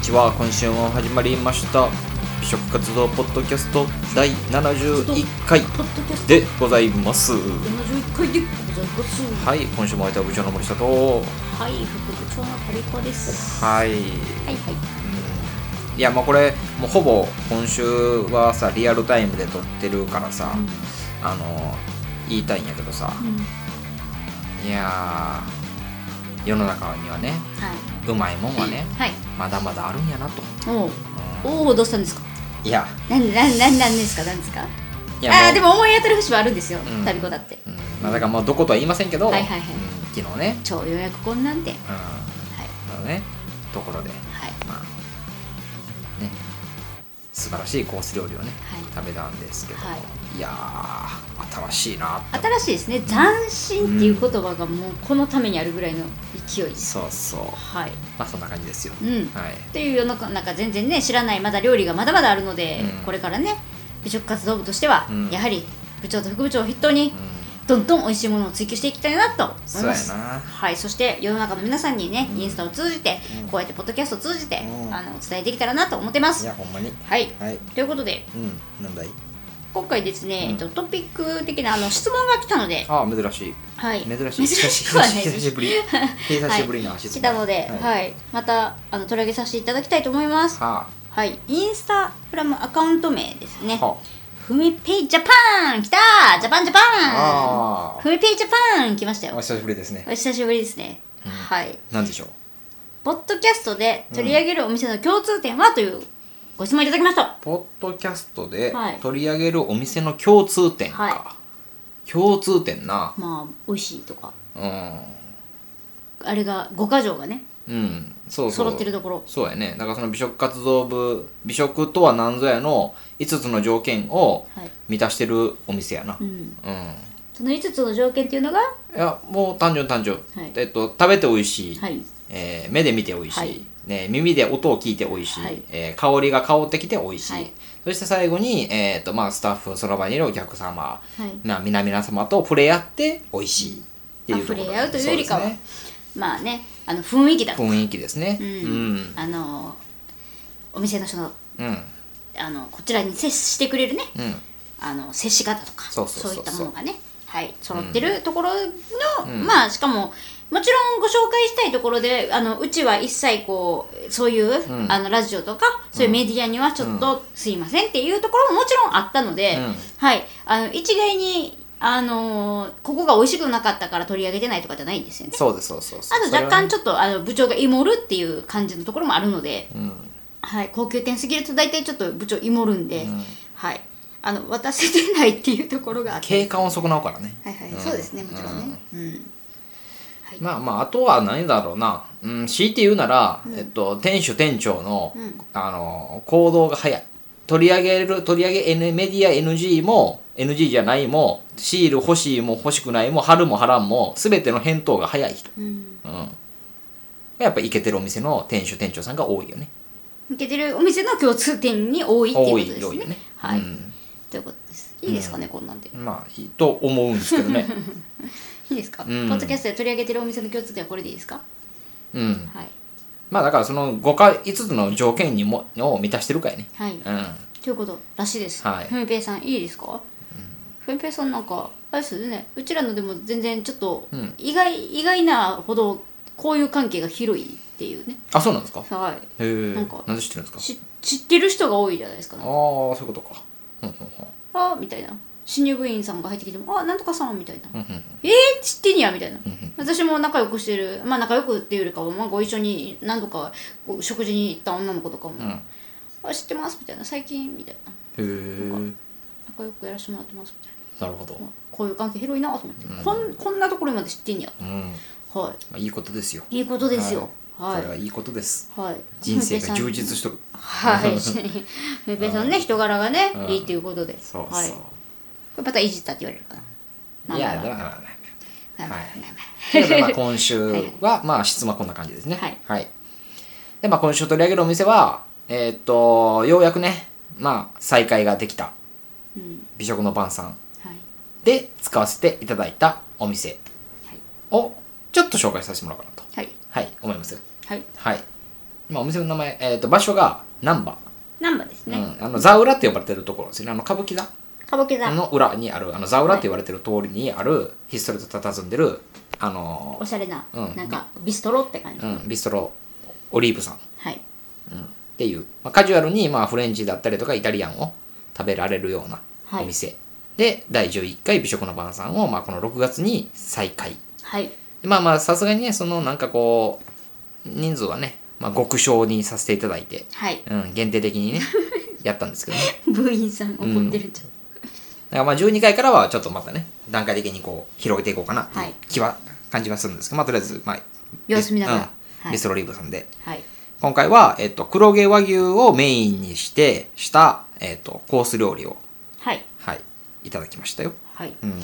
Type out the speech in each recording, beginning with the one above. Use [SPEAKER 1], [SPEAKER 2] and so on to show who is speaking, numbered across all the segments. [SPEAKER 1] ちは今週も始まりました美食活動ポッドキャスト第71回
[SPEAKER 2] ポッドキャスト
[SPEAKER 1] でございます
[SPEAKER 2] 71回でございます。
[SPEAKER 1] はい今週も相手は部長の森下と
[SPEAKER 2] はい、副部長のパリコです。
[SPEAKER 1] はい
[SPEAKER 2] はいはい。
[SPEAKER 1] いやまあこれもうほぼ今週はさリアルタイムで撮ってるからさ、あの言いたいんやけどさ
[SPEAKER 2] うん、うん、
[SPEAKER 1] いやー世の中にはね
[SPEAKER 2] は
[SPEAKER 1] うまいもんはね
[SPEAKER 2] い。はい。
[SPEAKER 1] まだまだあるんやなと、
[SPEAKER 2] おう
[SPEAKER 1] う
[SPEAKER 2] おうどうしたんですか。
[SPEAKER 1] んいや
[SPEAKER 2] なんなんなんなんですかなんですか。
[SPEAKER 1] いや
[SPEAKER 2] あ
[SPEAKER 1] も
[SPEAKER 2] あ
[SPEAKER 1] う
[SPEAKER 2] ーでも思い当たる節はあるんですよ
[SPEAKER 1] うん。
[SPEAKER 2] パリコだって。
[SPEAKER 1] うんまあ、だからまあどことは言いませんけど、
[SPEAKER 2] はいはいはい
[SPEAKER 1] うん昨日ね、
[SPEAKER 2] 超予約困難点。
[SPEAKER 1] うんあのねところで、
[SPEAKER 2] はい
[SPEAKER 1] まあね、素晴らしいコース料理をね、
[SPEAKER 2] はい
[SPEAKER 1] 食べたんですけど、、
[SPEAKER 2] はい
[SPEAKER 1] やー新しいなって
[SPEAKER 2] 新しいですね。斬新っていう言葉がもうこのためにあるぐらいの勢いです。
[SPEAKER 1] そうそう
[SPEAKER 2] はい。
[SPEAKER 1] まあそんな感じですよ、
[SPEAKER 2] うん。
[SPEAKER 1] はい
[SPEAKER 2] という世の中なんか全然ね知らないまだ料理がまだまだあるので、
[SPEAKER 1] うん
[SPEAKER 2] これからね美食活動部としては、
[SPEAKER 1] うん
[SPEAKER 2] やはり部長と副部長を筆頭に、どんどん美味しいものを追求していきたいなと思います
[SPEAKER 1] そうやな
[SPEAKER 2] はい、そして世の中の皆さんにね、
[SPEAKER 1] うん
[SPEAKER 2] インスタを通じて、
[SPEAKER 1] うん
[SPEAKER 2] こうやってポッドキャストを通じて、
[SPEAKER 1] うん
[SPEAKER 2] あの伝えていけたらなと思ってま
[SPEAKER 1] い
[SPEAKER 2] す
[SPEAKER 1] やほんまに
[SPEAKER 2] はい
[SPEAKER 1] はい
[SPEAKER 2] ということで
[SPEAKER 1] うん何だい
[SPEAKER 2] 今回です
[SPEAKER 1] う
[SPEAKER 2] ね、
[SPEAKER 1] ん
[SPEAKER 2] えっと、トピック的なあの質問が来たので、
[SPEAKER 1] ああ珍しい
[SPEAKER 2] はい、
[SPEAKER 1] 珍しい
[SPEAKER 2] 珍し くはない
[SPEAKER 1] 久しぶり久しぶりの足つ
[SPEAKER 2] 来
[SPEAKER 1] ぼ
[SPEAKER 2] たので、はい
[SPEAKER 1] はい
[SPEAKER 2] またあの取り上げさせていただきたいと思います
[SPEAKER 1] は
[SPEAKER 2] はい、インスタグラムアカウント名です
[SPEAKER 1] あ
[SPEAKER 2] ね。
[SPEAKER 1] は
[SPEAKER 2] ふみペイジャパン来たージャパンジャパン
[SPEAKER 1] ああ
[SPEAKER 2] ふみペイジャパン来ました
[SPEAKER 1] ーお
[SPEAKER 2] よ。
[SPEAKER 1] 久しぶりですね
[SPEAKER 2] お久しぶりですね。
[SPEAKER 1] うん
[SPEAKER 2] はい。
[SPEAKER 1] なんでしょう
[SPEAKER 2] ポッドキャストで取り上げるお店の共通点はというご質問いただきました。
[SPEAKER 1] ポッドキャストで
[SPEAKER 2] はい
[SPEAKER 1] 取り上げるお店の共通点か、
[SPEAKER 2] は
[SPEAKER 1] 共通点な
[SPEAKER 2] まあ、美味しいとか。
[SPEAKER 1] うん
[SPEAKER 2] あれが、五箇条がね、
[SPEAKER 1] うんそうそう
[SPEAKER 2] 揃ってるところ。
[SPEAKER 1] そうやねだからその美食活動部美食とは何ぞやの5つの条件を
[SPEAKER 2] はい。
[SPEAKER 1] 満たしてるお店やな
[SPEAKER 2] う
[SPEAKER 1] うん、
[SPEAKER 2] ん。その5つの条件っていうのが、
[SPEAKER 1] いやもう単純単純、
[SPEAKER 2] はい
[SPEAKER 1] えっと、食べて美味しい、
[SPEAKER 2] はい。
[SPEAKER 1] えー目で見て美味しい、
[SPEAKER 2] はい
[SPEAKER 1] ね、耳で音を聞いて美味しい、
[SPEAKER 2] はい
[SPEAKER 1] えー香りが香ってきて美味しい、
[SPEAKER 2] はい
[SPEAKER 1] そして最後に、えーとまあ、スタッフその場にいるお客様、
[SPEAKER 2] はい
[SPEAKER 1] な皆々様と触れ合って美味しいっていうところ
[SPEAKER 2] あ触れ合うというよりかは
[SPEAKER 1] そです
[SPEAKER 2] まあね、あの、雰囲気だとか。
[SPEAKER 1] ね、雰囲気ですね
[SPEAKER 2] う
[SPEAKER 1] うん
[SPEAKER 2] ん。あの、お店の人の、
[SPEAKER 1] うん、うん
[SPEAKER 2] あの、こちらに接してくれるね、あの接し方とか
[SPEAKER 1] そうそうそうそ
[SPEAKER 2] い
[SPEAKER 1] う
[SPEAKER 2] ったものがね、はい、揃ってるところの、
[SPEAKER 1] うん
[SPEAKER 2] まあしかももちろんご紹介したいところであのうちは一切こうそういう、
[SPEAKER 1] ん
[SPEAKER 2] あのラジオとかそういうメディアにはちょっとすいませんっていうところももちろんあったので、
[SPEAKER 1] うん
[SPEAKER 2] はい、あの一概に、あのーここが美味しくなかったから取り上げてないとかじゃないんですよね。
[SPEAKER 1] そうですそうそうそう
[SPEAKER 2] あと若干
[SPEAKER 1] ょ
[SPEAKER 2] ちょっと、あの部長がイモるっていう感じのところもあるので、
[SPEAKER 1] っと、うん
[SPEAKER 2] はい、高級店すぎると大体ちょっと部長イモるんで、はい、あの渡せてないっていうところがあって
[SPEAKER 1] 景観を損なうからね
[SPEAKER 2] はいはい、
[SPEAKER 1] ん
[SPEAKER 2] そうですねもちろんね、うんはい
[SPEAKER 1] まあまああとは何だろうな、うん、強いて言うなら、えっと、店主店長の,、
[SPEAKER 2] うん
[SPEAKER 1] あの行動が早い取り上げる取り上げ N メディア NG も NG じゃないもシール欲しいも欲しくないも貼るも貼らんも全ての返答が早い人、
[SPEAKER 2] うん
[SPEAKER 1] うん、やっぱイケてるお店の店主店長さんが多いよね
[SPEAKER 2] いけてるお店の共通点に多いっていうことですね
[SPEAKER 1] 多いよね
[SPEAKER 2] はい、
[SPEAKER 1] うん
[SPEAKER 2] ということですいいですかね、こんなんで
[SPEAKER 1] まあいいと思うんですけど ね
[SPEAKER 2] いいですか、
[SPEAKER 1] うん
[SPEAKER 2] ポッドキャストで取り上げてるお店の共通点はこれでいいですか
[SPEAKER 1] うん
[SPEAKER 2] はい
[SPEAKER 1] まあだからその5か5つの条件にもを満たしてるかやね
[SPEAKER 2] はい、
[SPEAKER 1] うん
[SPEAKER 2] ということらしいです
[SPEAKER 1] はい
[SPEAKER 2] ふみぺいさんいいですかふみぺいさんなんかあれですよねうちらのでも全然ちょっと
[SPEAKER 1] うん
[SPEAKER 2] 意外、意外なほど交友関係が広いっていうね
[SPEAKER 1] あそうなんですか
[SPEAKER 2] はい
[SPEAKER 1] へえ
[SPEAKER 2] なんか
[SPEAKER 1] なんで知ってるんですか
[SPEAKER 2] し知ってる人が多いじゃないですか
[SPEAKER 1] あ
[SPEAKER 2] な
[SPEAKER 1] あ
[SPEAKER 2] んか
[SPEAKER 1] ーそういうことかうんうん
[SPEAKER 2] あみたいな新入部員さんが入ってきても「あなんとかさん」みたいな
[SPEAKER 1] うんうん
[SPEAKER 2] 「えー、知ってんや」みたいな私も仲良くしてるまあ仲良くっていうよりかは、まあ、ご一緒に何度かこう食事に行った女の子とかも「
[SPEAKER 1] うんうん
[SPEAKER 2] あ知ってます」みたいな「最近」みたいな
[SPEAKER 1] へえ
[SPEAKER 2] 「仲良くやらせてもらってます」みたい
[SPEAKER 1] なるほど
[SPEAKER 2] なこういう関係広いなと思って、こんこんなところまで知ってんや
[SPEAKER 1] うん
[SPEAKER 2] は
[SPEAKER 1] まあいいことですよ
[SPEAKER 2] いいいことですよは
[SPEAKER 1] そ
[SPEAKER 2] い
[SPEAKER 1] れはいいことです
[SPEAKER 2] はい
[SPEAKER 1] 人生が充実し
[SPEAKER 2] と
[SPEAKER 1] とる
[SPEAKER 2] はいめべさんね人柄がね
[SPEAKER 1] うん
[SPEAKER 2] いいっていうことで
[SPEAKER 1] そう
[SPEAKER 2] はい、
[SPEAKER 1] そ
[SPEAKER 2] これまたいじったって言われるかなま
[SPEAKER 1] う
[SPEAKER 2] あ
[SPEAKER 1] い
[SPEAKER 2] ま
[SPEAKER 1] や
[SPEAKER 2] あ
[SPEAKER 1] だ
[SPEAKER 2] まあ
[SPEAKER 1] からまあまあ
[SPEAKER 2] ま
[SPEAKER 1] と
[SPEAKER 2] あまあまあまあ
[SPEAKER 1] いうことでまあ今週 は、まあ、質問はこんな感じですね。
[SPEAKER 2] はい
[SPEAKER 1] で、まあ、今週取り上げるお店は、えーっと、ようやくね、まあ、再開ができた
[SPEAKER 2] うん
[SPEAKER 1] 美食の晩さん
[SPEAKER 2] はい
[SPEAKER 1] で使わせていただいたお店を、ちょっと紹介させてもらおうかなと、
[SPEAKER 2] はい
[SPEAKER 1] はい、思います。
[SPEAKER 2] はい
[SPEAKER 1] はい。まあ、お店の名前、えー、と場所が難波、
[SPEAKER 2] 難波ですね、
[SPEAKER 1] うん、あのザウラって呼ばれてるところですねあの歌舞伎座
[SPEAKER 2] 歌舞伎座
[SPEAKER 1] の裏にあるあのザウラって言われてる通りにあるひっそりと佇んでるあの
[SPEAKER 2] おしゃれな、
[SPEAKER 1] うん
[SPEAKER 2] なんかビストロって感じ、
[SPEAKER 1] うん、ビストロオリーブさんっ
[SPEAKER 2] はい
[SPEAKER 1] ていう、まあ、カジュアルにまあフレンチだったりとかイタリアンを食べられるような
[SPEAKER 2] はい
[SPEAKER 1] お店、で第11回美食の晩餐をまあこの6月に再開
[SPEAKER 2] はい
[SPEAKER 1] でまあまあさすがにねそのなんかこう人数はね、まあ、極小にさせていただいて、
[SPEAKER 2] はい
[SPEAKER 1] うん、限定的にね やったんですけどね
[SPEAKER 2] 部員さん怒ってるんち
[SPEAKER 1] だか
[SPEAKER 2] ゃう、
[SPEAKER 1] らまあ12回からはちょっとまたね段階的にこう広げていこうかなっていう
[SPEAKER 2] はい
[SPEAKER 1] 気は感じはするんですけど、まあとりあえずまあ
[SPEAKER 2] 様子見ながら
[SPEAKER 1] うん
[SPEAKER 2] はい
[SPEAKER 1] ビストロリーブさんで
[SPEAKER 2] はい
[SPEAKER 1] 今回は、えっと、黒毛和牛をメインにしてした、えっと、コース料理を、
[SPEAKER 2] はい
[SPEAKER 1] はい、いただきましたよ。
[SPEAKER 2] はい
[SPEAKER 1] うん。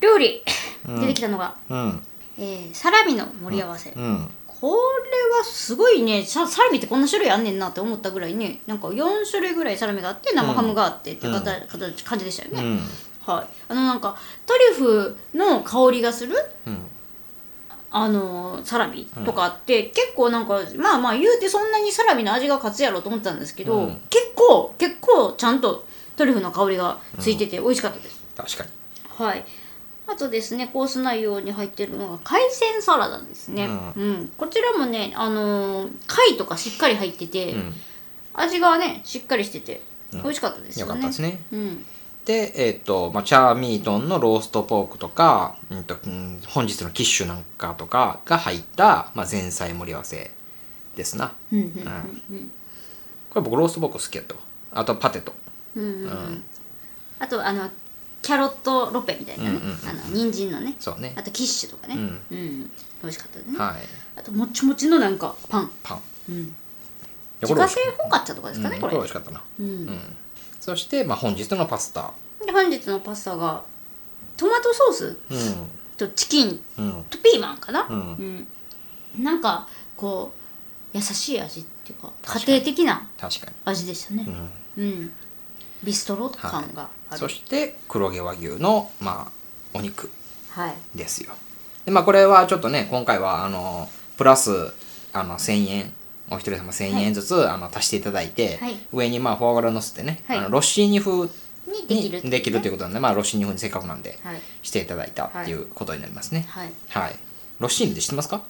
[SPEAKER 2] 料理出てきたのが、
[SPEAKER 1] うん。
[SPEAKER 2] えーサラミの盛り合わせ、
[SPEAKER 1] うん。
[SPEAKER 2] これはすごいねササラミってこんな種類あんねんなって思ったぐらいねなんか4種類ぐらいサラミがあって生ハムがあってっていう形、形感じでしたよ
[SPEAKER 1] う
[SPEAKER 2] ね、
[SPEAKER 1] ん。
[SPEAKER 2] はいあのなんかトリュフの香りがする
[SPEAKER 1] うん。
[SPEAKER 2] あのサラミとかあって、結構なんかまあまあ言うてそんなにサラミの味が勝つやろうと思ったんですけど、
[SPEAKER 1] うん
[SPEAKER 2] 結構結構ちゃんとトリュフの香りがついてて美味しかったです、
[SPEAKER 1] 確かに。
[SPEAKER 2] はいあとですねコース内容に入ってるのが海鮮サラダですね、う
[SPEAKER 1] うん
[SPEAKER 2] こちらもねあのー貝とかしっかり入ってて、
[SPEAKER 1] うん。
[SPEAKER 2] 味がねしっかりしてて
[SPEAKER 1] う
[SPEAKER 2] 美
[SPEAKER 1] ん
[SPEAKER 2] 味しかったです
[SPEAKER 1] よ
[SPEAKER 2] よね、
[SPEAKER 1] かったですね。
[SPEAKER 2] うん
[SPEAKER 1] で、えっと、まあ、チャーミートンのローストポークとか、うんと、うん本日のキッシュなんかとかが入った、まあ、前菜盛り合わせですな。
[SPEAKER 2] うんうん
[SPEAKER 1] これ僕ローストポーク好きやったわ。あとパテト。
[SPEAKER 2] うんうんうんうんあとあのキャロットロペみたいなね、
[SPEAKER 1] うんうんうん
[SPEAKER 2] あの人参のね
[SPEAKER 1] そうね
[SPEAKER 2] あ。とキッシュとかね、
[SPEAKER 1] うん
[SPEAKER 2] 美味しかったね
[SPEAKER 1] はい。
[SPEAKER 2] あともっちもちのなんかパン、
[SPEAKER 1] パン。い
[SPEAKER 2] うん、
[SPEAKER 1] や
[SPEAKER 2] 自
[SPEAKER 1] これ美
[SPEAKER 2] 家
[SPEAKER 1] 味し
[SPEAKER 2] 製フォカッチャとかですかね、
[SPEAKER 1] うん
[SPEAKER 2] こ
[SPEAKER 1] こ
[SPEAKER 2] れ
[SPEAKER 1] れ美味しかったな。
[SPEAKER 2] うん
[SPEAKER 1] うんそして、まあ、本日のパスタ。
[SPEAKER 2] で本日のパスタがトマトソース
[SPEAKER 1] う
[SPEAKER 2] とチキン
[SPEAKER 1] ん。うん。
[SPEAKER 2] とピーマンかな、
[SPEAKER 1] うん
[SPEAKER 2] うんなんかこう優しい味っていうか
[SPEAKER 1] 確かに
[SPEAKER 2] 家庭的な
[SPEAKER 1] 確か
[SPEAKER 2] 味でしたね
[SPEAKER 1] に。うん。
[SPEAKER 2] うん、ビストロ感がある
[SPEAKER 1] そして、黒毛和牛の、まあ、お肉
[SPEAKER 2] はい
[SPEAKER 1] ですよ。で、まあ、これはちょっとね、今回は、あの、プラス、あの、1000円。お一人様1000円ずつ、あの足していただいて、
[SPEAKER 2] はい
[SPEAKER 1] 上にまあフォアグラ乗せてね、
[SPEAKER 2] はい
[SPEAKER 1] あのロッシーニ風
[SPEAKER 2] にでき
[SPEAKER 1] に
[SPEAKER 2] るっていうね
[SPEAKER 1] できるということなんで、まあ、ロッシーニ風にせっかくなんで
[SPEAKER 2] はい
[SPEAKER 1] していただいたっていうことになりますね。
[SPEAKER 2] はい
[SPEAKER 1] はい。ロッシーニって知ってますか、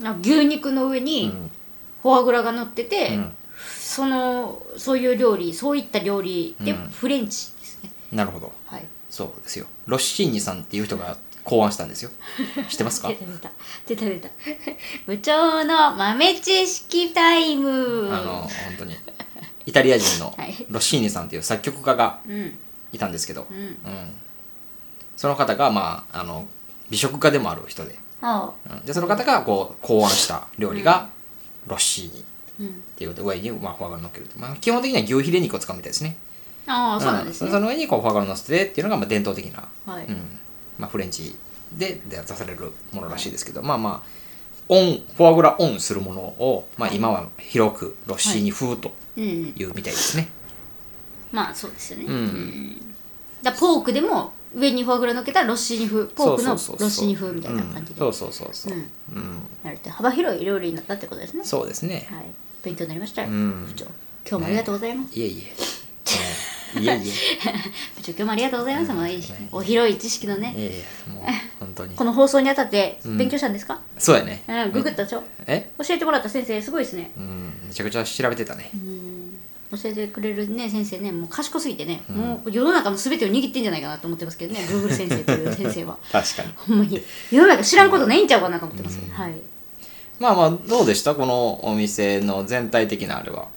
[SPEAKER 2] なんか牛肉の上
[SPEAKER 1] う
[SPEAKER 2] に
[SPEAKER 1] ん
[SPEAKER 2] フォアグラが乗ってて、
[SPEAKER 1] うん
[SPEAKER 2] そのそういう料理そういった料理で
[SPEAKER 1] うん
[SPEAKER 2] フレンチですね、
[SPEAKER 1] なるほど。
[SPEAKER 2] はい
[SPEAKER 1] そうですよ。ロッシーニさんっていう人が考案したんですよ。知ってますか
[SPEAKER 2] 出た出た出た出 た部長の豆知識タイ
[SPEAKER 1] あの、
[SPEAKER 2] ム
[SPEAKER 1] 本当に。イタリア人の
[SPEAKER 2] はい
[SPEAKER 1] ロッシーニさんっていう作曲家が
[SPEAKER 2] うん
[SPEAKER 1] いたんですけど、
[SPEAKER 2] う
[SPEAKER 1] うん
[SPEAKER 2] ん
[SPEAKER 1] その方が、まあ、あの、美食家でもある人で、
[SPEAKER 2] あ
[SPEAKER 1] うんで、その方がこう考案した料理が、ロッシーニっ
[SPEAKER 2] あうん
[SPEAKER 1] ていうことで、上に、まあ、フォアグラ乗っけると。まあ、基本的には牛ヒレ肉を使うみたいですね。
[SPEAKER 2] ああそうなんです
[SPEAKER 1] そ
[SPEAKER 2] ね、
[SPEAKER 1] の上にこうフォアグラ乗せてっていうのが、まあ、伝統的な
[SPEAKER 2] はい、
[SPEAKER 1] うんまあ、フレンチで出されるものらしいですけど、まあまあオンフォアグラオンするものを、まあ、今は広くロッシーニ風と
[SPEAKER 2] うんうん、
[SPEAKER 1] いうみたいですね、
[SPEAKER 2] まあそうですよね、
[SPEAKER 1] ん
[SPEAKER 2] んだポークでも上にフォアグラのっけたらロッシーニ風ポークのロ
[SPEAKER 1] そうそうそうそう
[SPEAKER 2] ッシーニ風みたいな感じで
[SPEAKER 1] うんそうそうそうそう、
[SPEAKER 2] うん
[SPEAKER 1] うん
[SPEAKER 2] なるって幅広い料理になったってことですね
[SPEAKER 1] そうですね、
[SPEAKER 2] はい勉強になりましたよ、
[SPEAKER 1] ん
[SPEAKER 2] 部長今日もありがとうございます、
[SPEAKER 1] い、えいえ、ねいえい
[SPEAKER 2] 部長今日もありがとうございます、もういいお広い知識のね
[SPEAKER 1] えいえいえもう本当に
[SPEAKER 2] この放送にあたって勉強したんですか、
[SPEAKER 1] そうやね、
[SPEAKER 2] うん、ググったでしょ
[SPEAKER 1] え
[SPEAKER 2] 教えてもらった先生すごいですね
[SPEAKER 1] うんめちゃくちゃ調べてたね、
[SPEAKER 2] うん教えてくれるね先生ねもう賢すぎてね、もう世の中の全てを握ってんじゃないかなと思ってますけどね Google 先生という先生は
[SPEAKER 1] 確かに
[SPEAKER 2] ほんまに世の中知らんことないんちゃうかなと思ってます、はい
[SPEAKER 1] まあまあどうでしたこのお店の全体的なあれは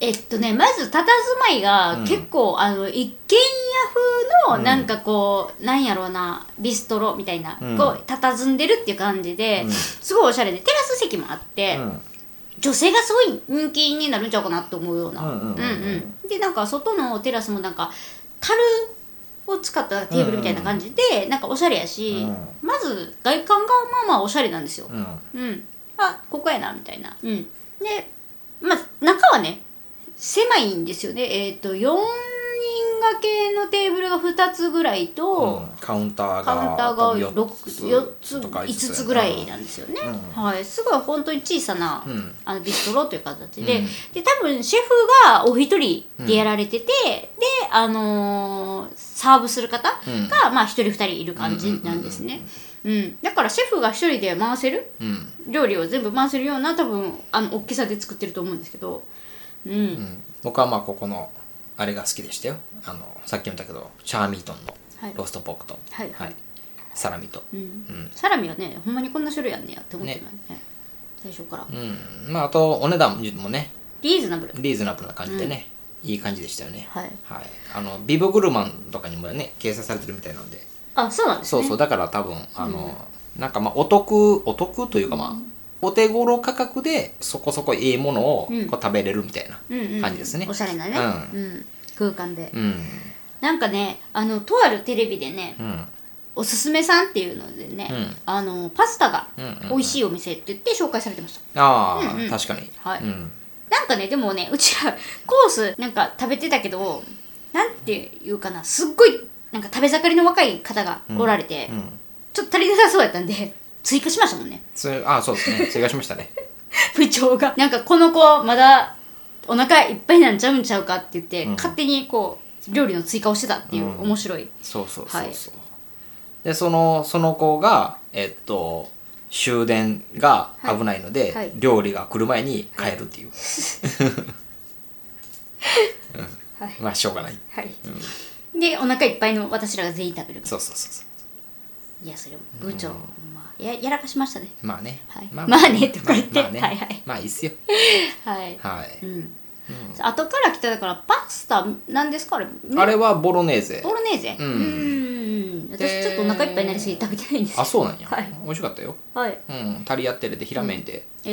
[SPEAKER 2] えっとねまず佇まいが結構、あの一軒家風のなんかこう、なんやろうなビストロみたいな、
[SPEAKER 1] うん
[SPEAKER 2] こう佇んでるっていう感じで、
[SPEAKER 1] うん
[SPEAKER 2] すごいおしゃれでテラス席もあって、
[SPEAKER 1] うん
[SPEAKER 2] 女性がすごい人気になるんちゃうかなと思うような
[SPEAKER 1] うんうんうんうん
[SPEAKER 2] うんでなんか外のテラスもなんか樽を使ったテーブルみたいな感じで、なんかおしゃれやし、
[SPEAKER 1] う
[SPEAKER 2] まず外観がまあまあおしゃれなんですよ、
[SPEAKER 1] うん
[SPEAKER 2] うん、あここやなみたいな、うん、でまあ中はね狭いんですよねえっ、と4人掛けのテーブルが2つぐらいと、
[SPEAKER 1] うんカウンターが
[SPEAKER 2] カウンターが
[SPEAKER 1] 多分
[SPEAKER 2] 4つ
[SPEAKER 1] とか
[SPEAKER 2] 5つ
[SPEAKER 1] や
[SPEAKER 2] ぐらいなんですよね、はい、すごい本当に小さな、
[SPEAKER 1] うん
[SPEAKER 2] あのビストロという形で,、
[SPEAKER 1] うん
[SPEAKER 2] で多分シェフがお一人でやられてて、で、あのーサーブする方が、まあ、一人二人いる感じなんですね、うん、だからシェフが一人で回せる
[SPEAKER 1] うんうん
[SPEAKER 2] 料理を全部回せるような多分あの大きさで作ってると思うんですけど、うん
[SPEAKER 1] うん僕はまあここのあれが好きでしたよあのさっきも言ったけどチャーミートンの
[SPEAKER 2] はい
[SPEAKER 1] ローストポークと、
[SPEAKER 2] はいはい
[SPEAKER 1] サラミと、
[SPEAKER 2] うん
[SPEAKER 1] ん
[SPEAKER 2] サラミはねほんまにこんな種類あんねやって思ってないね最初から、
[SPEAKER 1] うんまあ、あとお値段もね
[SPEAKER 2] リーズナブル
[SPEAKER 1] リーズナブルな感じでね、いい感じでしたよね
[SPEAKER 2] はい
[SPEAKER 1] はい、あのビブグルマンとかにもね掲載されてるみたいなんで
[SPEAKER 2] あそうなんです
[SPEAKER 1] そう
[SPEAKER 2] ね
[SPEAKER 1] そうだから多分あの、なんかまあお得お得というかまあ、お手頃価格でそこそこいいものを
[SPEAKER 2] うん
[SPEAKER 1] こう食べれるみたいな
[SPEAKER 2] うんうん
[SPEAKER 1] 感じですね。
[SPEAKER 2] おしゃれなね、
[SPEAKER 1] うん
[SPEAKER 2] うん空間で、
[SPEAKER 1] うん、
[SPEAKER 2] なんかねあのとあるテレビでね、
[SPEAKER 1] うん、
[SPEAKER 2] おすすめさんっていうのでね、
[SPEAKER 1] うん
[SPEAKER 2] あのパスタが
[SPEAKER 1] うんうんうん
[SPEAKER 2] 美味しいお店って言って紹介されてました、
[SPEAKER 1] ああ、
[SPEAKER 2] うんうん
[SPEAKER 1] 確かに。
[SPEAKER 2] はい
[SPEAKER 1] うん、
[SPEAKER 2] なんかねでもねうちら コースなんか食べてたけどなんていうかなすっごいなんか食べ盛りの若い方がおられて、
[SPEAKER 1] うん、
[SPEAKER 2] ちょっと足りなさそうやったんで追加しましたもんね
[SPEAKER 1] つああそうですね 追加しましたね。
[SPEAKER 2] 部長がなんかこの子まだお腹いっぱいなんちゃうんちゃうかって言って、
[SPEAKER 1] うん
[SPEAKER 2] 勝手にこう料理の追加をしてたっていう
[SPEAKER 1] うん
[SPEAKER 2] 面白い、
[SPEAKER 1] そうそうそうそう。でそのその子がえっと終電が危ないので、
[SPEAKER 2] はいはい
[SPEAKER 1] 料理が来る前に帰るっていう、
[SPEAKER 2] はい
[SPEAKER 1] まあしょうがない。
[SPEAKER 2] はい、でお腹いっぱいの私らが全員食べる
[SPEAKER 1] そうそうそうそう。
[SPEAKER 2] いやそれ部長、まあ、ややらかしましたね
[SPEAKER 1] まあね。
[SPEAKER 2] はいまあねとか言って
[SPEAKER 1] まあね
[SPEAKER 2] はいはい
[SPEAKER 1] まあいいっすよ。
[SPEAKER 2] はい、
[SPEAKER 1] はい。
[SPEAKER 2] うん後から来ただからパスタなんですかあれ
[SPEAKER 1] あれはボロネーゼ
[SPEAKER 2] ボ。ロネーゼ
[SPEAKER 1] う
[SPEAKER 2] うんん私
[SPEAKER 1] で
[SPEAKER 2] ちょっとお腹いっぱいになりすぎて食べてないんです
[SPEAKER 1] あ、そうなんや。
[SPEAKER 2] はい
[SPEAKER 1] 美味しかったよ。
[SPEAKER 2] はい
[SPEAKER 1] うん。タリアテレで平麺で。
[SPEAKER 2] え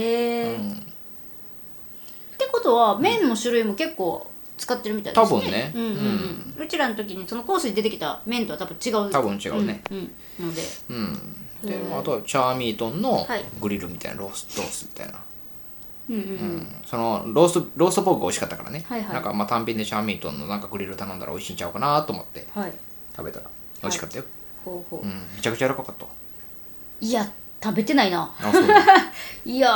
[SPEAKER 2] ー
[SPEAKER 1] うん
[SPEAKER 2] ってことは麺の種類も結構使ってるみたいですね
[SPEAKER 1] 多分ね
[SPEAKER 2] うんうんうんうちらの時にそのコースに出てきた麺とは多分違う
[SPEAKER 1] 多分違うね、
[SPEAKER 2] うんうんので
[SPEAKER 1] うん。で
[SPEAKER 2] へ、ー
[SPEAKER 1] まああとはチャーミートンの
[SPEAKER 2] はい
[SPEAKER 1] グリルみたいなロース、ロースみたいな。
[SPEAKER 2] うんうんうん
[SPEAKER 1] うんそのロースローストポークが美味しかったからね、
[SPEAKER 2] はいはい
[SPEAKER 1] なんかまあ単品でチャーミートンのなんかグリル頼んだら美味しいんちゃうかなと思って
[SPEAKER 2] はい
[SPEAKER 1] 食べたら美味しかったよ、
[SPEAKER 2] ほうほ
[SPEAKER 1] うん、めちゃくちゃ柔らかかった
[SPEAKER 2] ういや食べてないな
[SPEAKER 1] あそうい
[SPEAKER 2] いや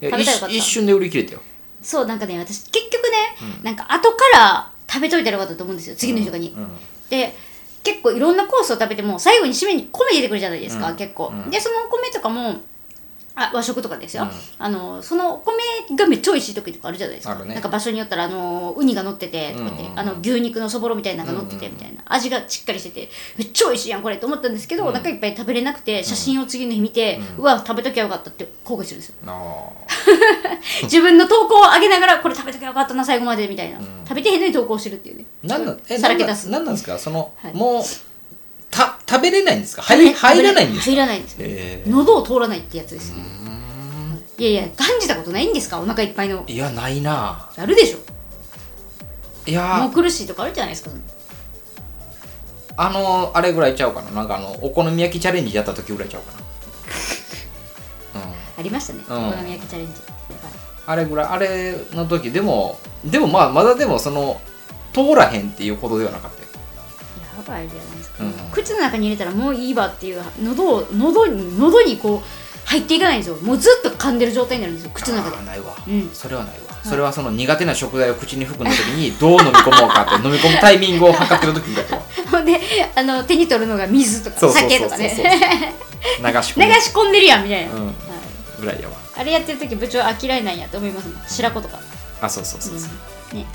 [SPEAKER 2] ー
[SPEAKER 1] や
[SPEAKER 2] 食べたらよかっ
[SPEAKER 1] 一一
[SPEAKER 2] た
[SPEAKER 1] 瞬で売り切れたよ
[SPEAKER 2] そうなんかね私結局ねなんか後から食べといたらよかったと思うんですよ次の日とかに
[SPEAKER 1] うん
[SPEAKER 2] で結構いろんなコースを食べても最後に締めに米出てくるじゃないですか、
[SPEAKER 1] うん
[SPEAKER 2] 結構、
[SPEAKER 1] うん
[SPEAKER 2] でそのお米とかもあ和食とかですよ、
[SPEAKER 1] うん
[SPEAKER 2] あのそのお米がめっちゃ美味しい時とかあるじゃないです
[SPEAKER 1] あ
[SPEAKER 2] か、
[SPEAKER 1] るね
[SPEAKER 2] なんか場所によったらあのウニが乗っててとかって、
[SPEAKER 1] うんうんうん
[SPEAKER 2] あの牛肉のそぼろみたいなのが乗っててみたいな、味がしっかりしててめっちゃ美味しいやんこれと思ったんですけど、お腹いっぱい食べれなくて写真を次の日見て、うわ食べときゃよかったって後悔するんですよ
[SPEAKER 1] あー
[SPEAKER 2] 自分の投稿を上げながらこれ食べときゃよかったな最後までみたいな、食べてへんのに投稿してるっていうね
[SPEAKER 1] なんなんえ
[SPEAKER 2] さ
[SPEAKER 1] な
[SPEAKER 2] ら
[SPEAKER 1] ん
[SPEAKER 2] け
[SPEAKER 1] な
[SPEAKER 2] 出
[SPEAKER 1] ん
[SPEAKER 2] す
[SPEAKER 1] なんなんですかその、
[SPEAKER 2] はい
[SPEAKER 1] もうた食べれないんですか入入らないんですか
[SPEAKER 2] 入らないんです
[SPEAKER 1] え
[SPEAKER 2] 喉を通らないってやつですねいやいや感じたことないんですかお腹いっぱいの
[SPEAKER 1] ーいやないな
[SPEAKER 2] あるでしょ
[SPEAKER 1] いや
[SPEAKER 2] も
[SPEAKER 1] ー
[SPEAKER 2] う苦しいとかあるじゃないですか
[SPEAKER 1] あのーあれぐらいちゃうかななんかあのお好み焼きチャレンジやった時ぐらいちゃうか なうん
[SPEAKER 2] ありましたね、
[SPEAKER 1] うん
[SPEAKER 2] お好み焼きチャレンジ、は
[SPEAKER 1] あれぐらいあれの時でもでもまあまだでもその通らへんっていうほどではなかったよ
[SPEAKER 2] い、やばいじゃないですか、
[SPEAKER 1] うん
[SPEAKER 2] 口の中に入れたらもういいわっていう喉を喉に喉にこう入っていかないんですよもうずっと噛んでる状態になるんですよ口の中で
[SPEAKER 1] あーないわ、
[SPEAKER 2] うん
[SPEAKER 1] それはないわ、それはその苦手な食材を口に含んだ時にどう飲み込もうかって 飲み込むタイミングを測ってる時にだと
[SPEAKER 2] ほんであの手に取るのが水とか酒とかね
[SPEAKER 1] 流し込
[SPEAKER 2] 流
[SPEAKER 1] む
[SPEAKER 2] し込んでるやんみたいな、
[SPEAKER 1] うん
[SPEAKER 2] はい、
[SPEAKER 1] ぐらいやわ
[SPEAKER 2] あれやってる時部長あ嫌いなんやと思いますもん白子とか、
[SPEAKER 1] あそうそうそうそう、
[SPEAKER 2] うんね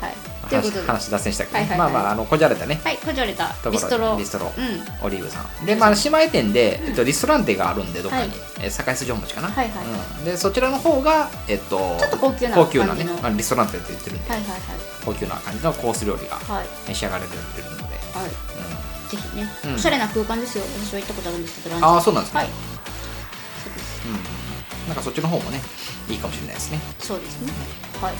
[SPEAKER 2] はいというこ
[SPEAKER 1] 話話
[SPEAKER 2] とで
[SPEAKER 1] 脱線したけどね、
[SPEAKER 2] はいはいはい
[SPEAKER 1] まあまああのこじゃれたね
[SPEAKER 2] はい、こじゃれた
[SPEAKER 1] ところ
[SPEAKER 2] ビストロ。
[SPEAKER 1] ビストロ
[SPEAKER 2] うん。
[SPEAKER 1] オリーブさんでまあ姉妹店で、えっと、リストランテがあるんでどっかに、
[SPEAKER 2] はい
[SPEAKER 1] えー堺筋本町かな、
[SPEAKER 2] はいはい
[SPEAKER 1] うん、でそちらの方がえっと
[SPEAKER 2] ちょっと高級な
[SPEAKER 1] 高級なね
[SPEAKER 2] 感じの
[SPEAKER 1] まあ、リストランテって言ってるんで、
[SPEAKER 2] はいはいはい。
[SPEAKER 1] 高級な感じのコース料理が
[SPEAKER 2] はい。
[SPEAKER 1] 召し上がれるので、
[SPEAKER 2] はい。
[SPEAKER 1] う
[SPEAKER 2] ぜひね、
[SPEAKER 1] うん
[SPEAKER 2] おしゃれな空間ですよ。私は行ったことあるんですけど、ラン
[SPEAKER 1] ん、
[SPEAKER 2] チ。
[SPEAKER 1] ああそうなんですね、
[SPEAKER 2] はい。そうです
[SPEAKER 1] うん、なんかそっちの方もねいいかもしれないですね、
[SPEAKER 2] そうですね。はい。
[SPEAKER 1] う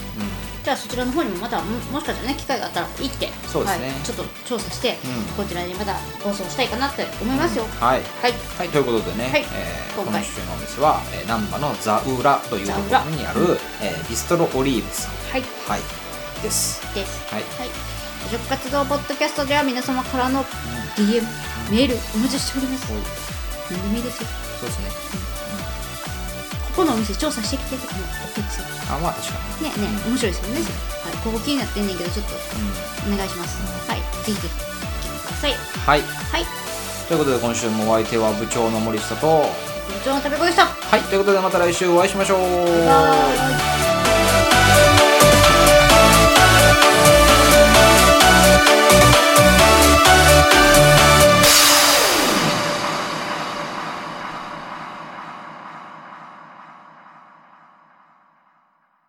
[SPEAKER 2] じゃあそちらの方にもまたももしかしたらね機会があったら行って、
[SPEAKER 1] そうですね
[SPEAKER 2] はい、ちょっと調査して、
[SPEAKER 1] う
[SPEAKER 2] こちらにまた放送したいかなって思いますよ。
[SPEAKER 1] ん、はい、
[SPEAKER 2] はい。
[SPEAKER 1] はい、ということでね、
[SPEAKER 2] はい
[SPEAKER 1] えーこ
[SPEAKER 2] 今
[SPEAKER 1] の
[SPEAKER 2] 回
[SPEAKER 1] 週のお店は、えー、難波のザウラというところにある、えービストロオリーブさん、
[SPEAKER 2] はい。
[SPEAKER 1] はい、です
[SPEAKER 2] です。
[SPEAKER 1] はい
[SPEAKER 2] はい。職活動ポッドキャストでは皆様からの DM メールお待ちしております
[SPEAKER 1] はい
[SPEAKER 2] 何でもいいですよ
[SPEAKER 1] そうですね
[SPEAKER 2] ここのお店調査してきてとかも OK ですよ
[SPEAKER 1] あまあ確か
[SPEAKER 2] ねね面白いですよね、はい、ここ気になってんねんけどちょっと
[SPEAKER 1] に、うん、
[SPEAKER 2] お願いしますはいぜひぜひ来てください
[SPEAKER 1] はい
[SPEAKER 2] はい
[SPEAKER 1] ということで今週もお相手は部長の森下とは
[SPEAKER 2] 部長の食べ子でした
[SPEAKER 1] いということでまた来週お会いしましょう
[SPEAKER 2] バイバイ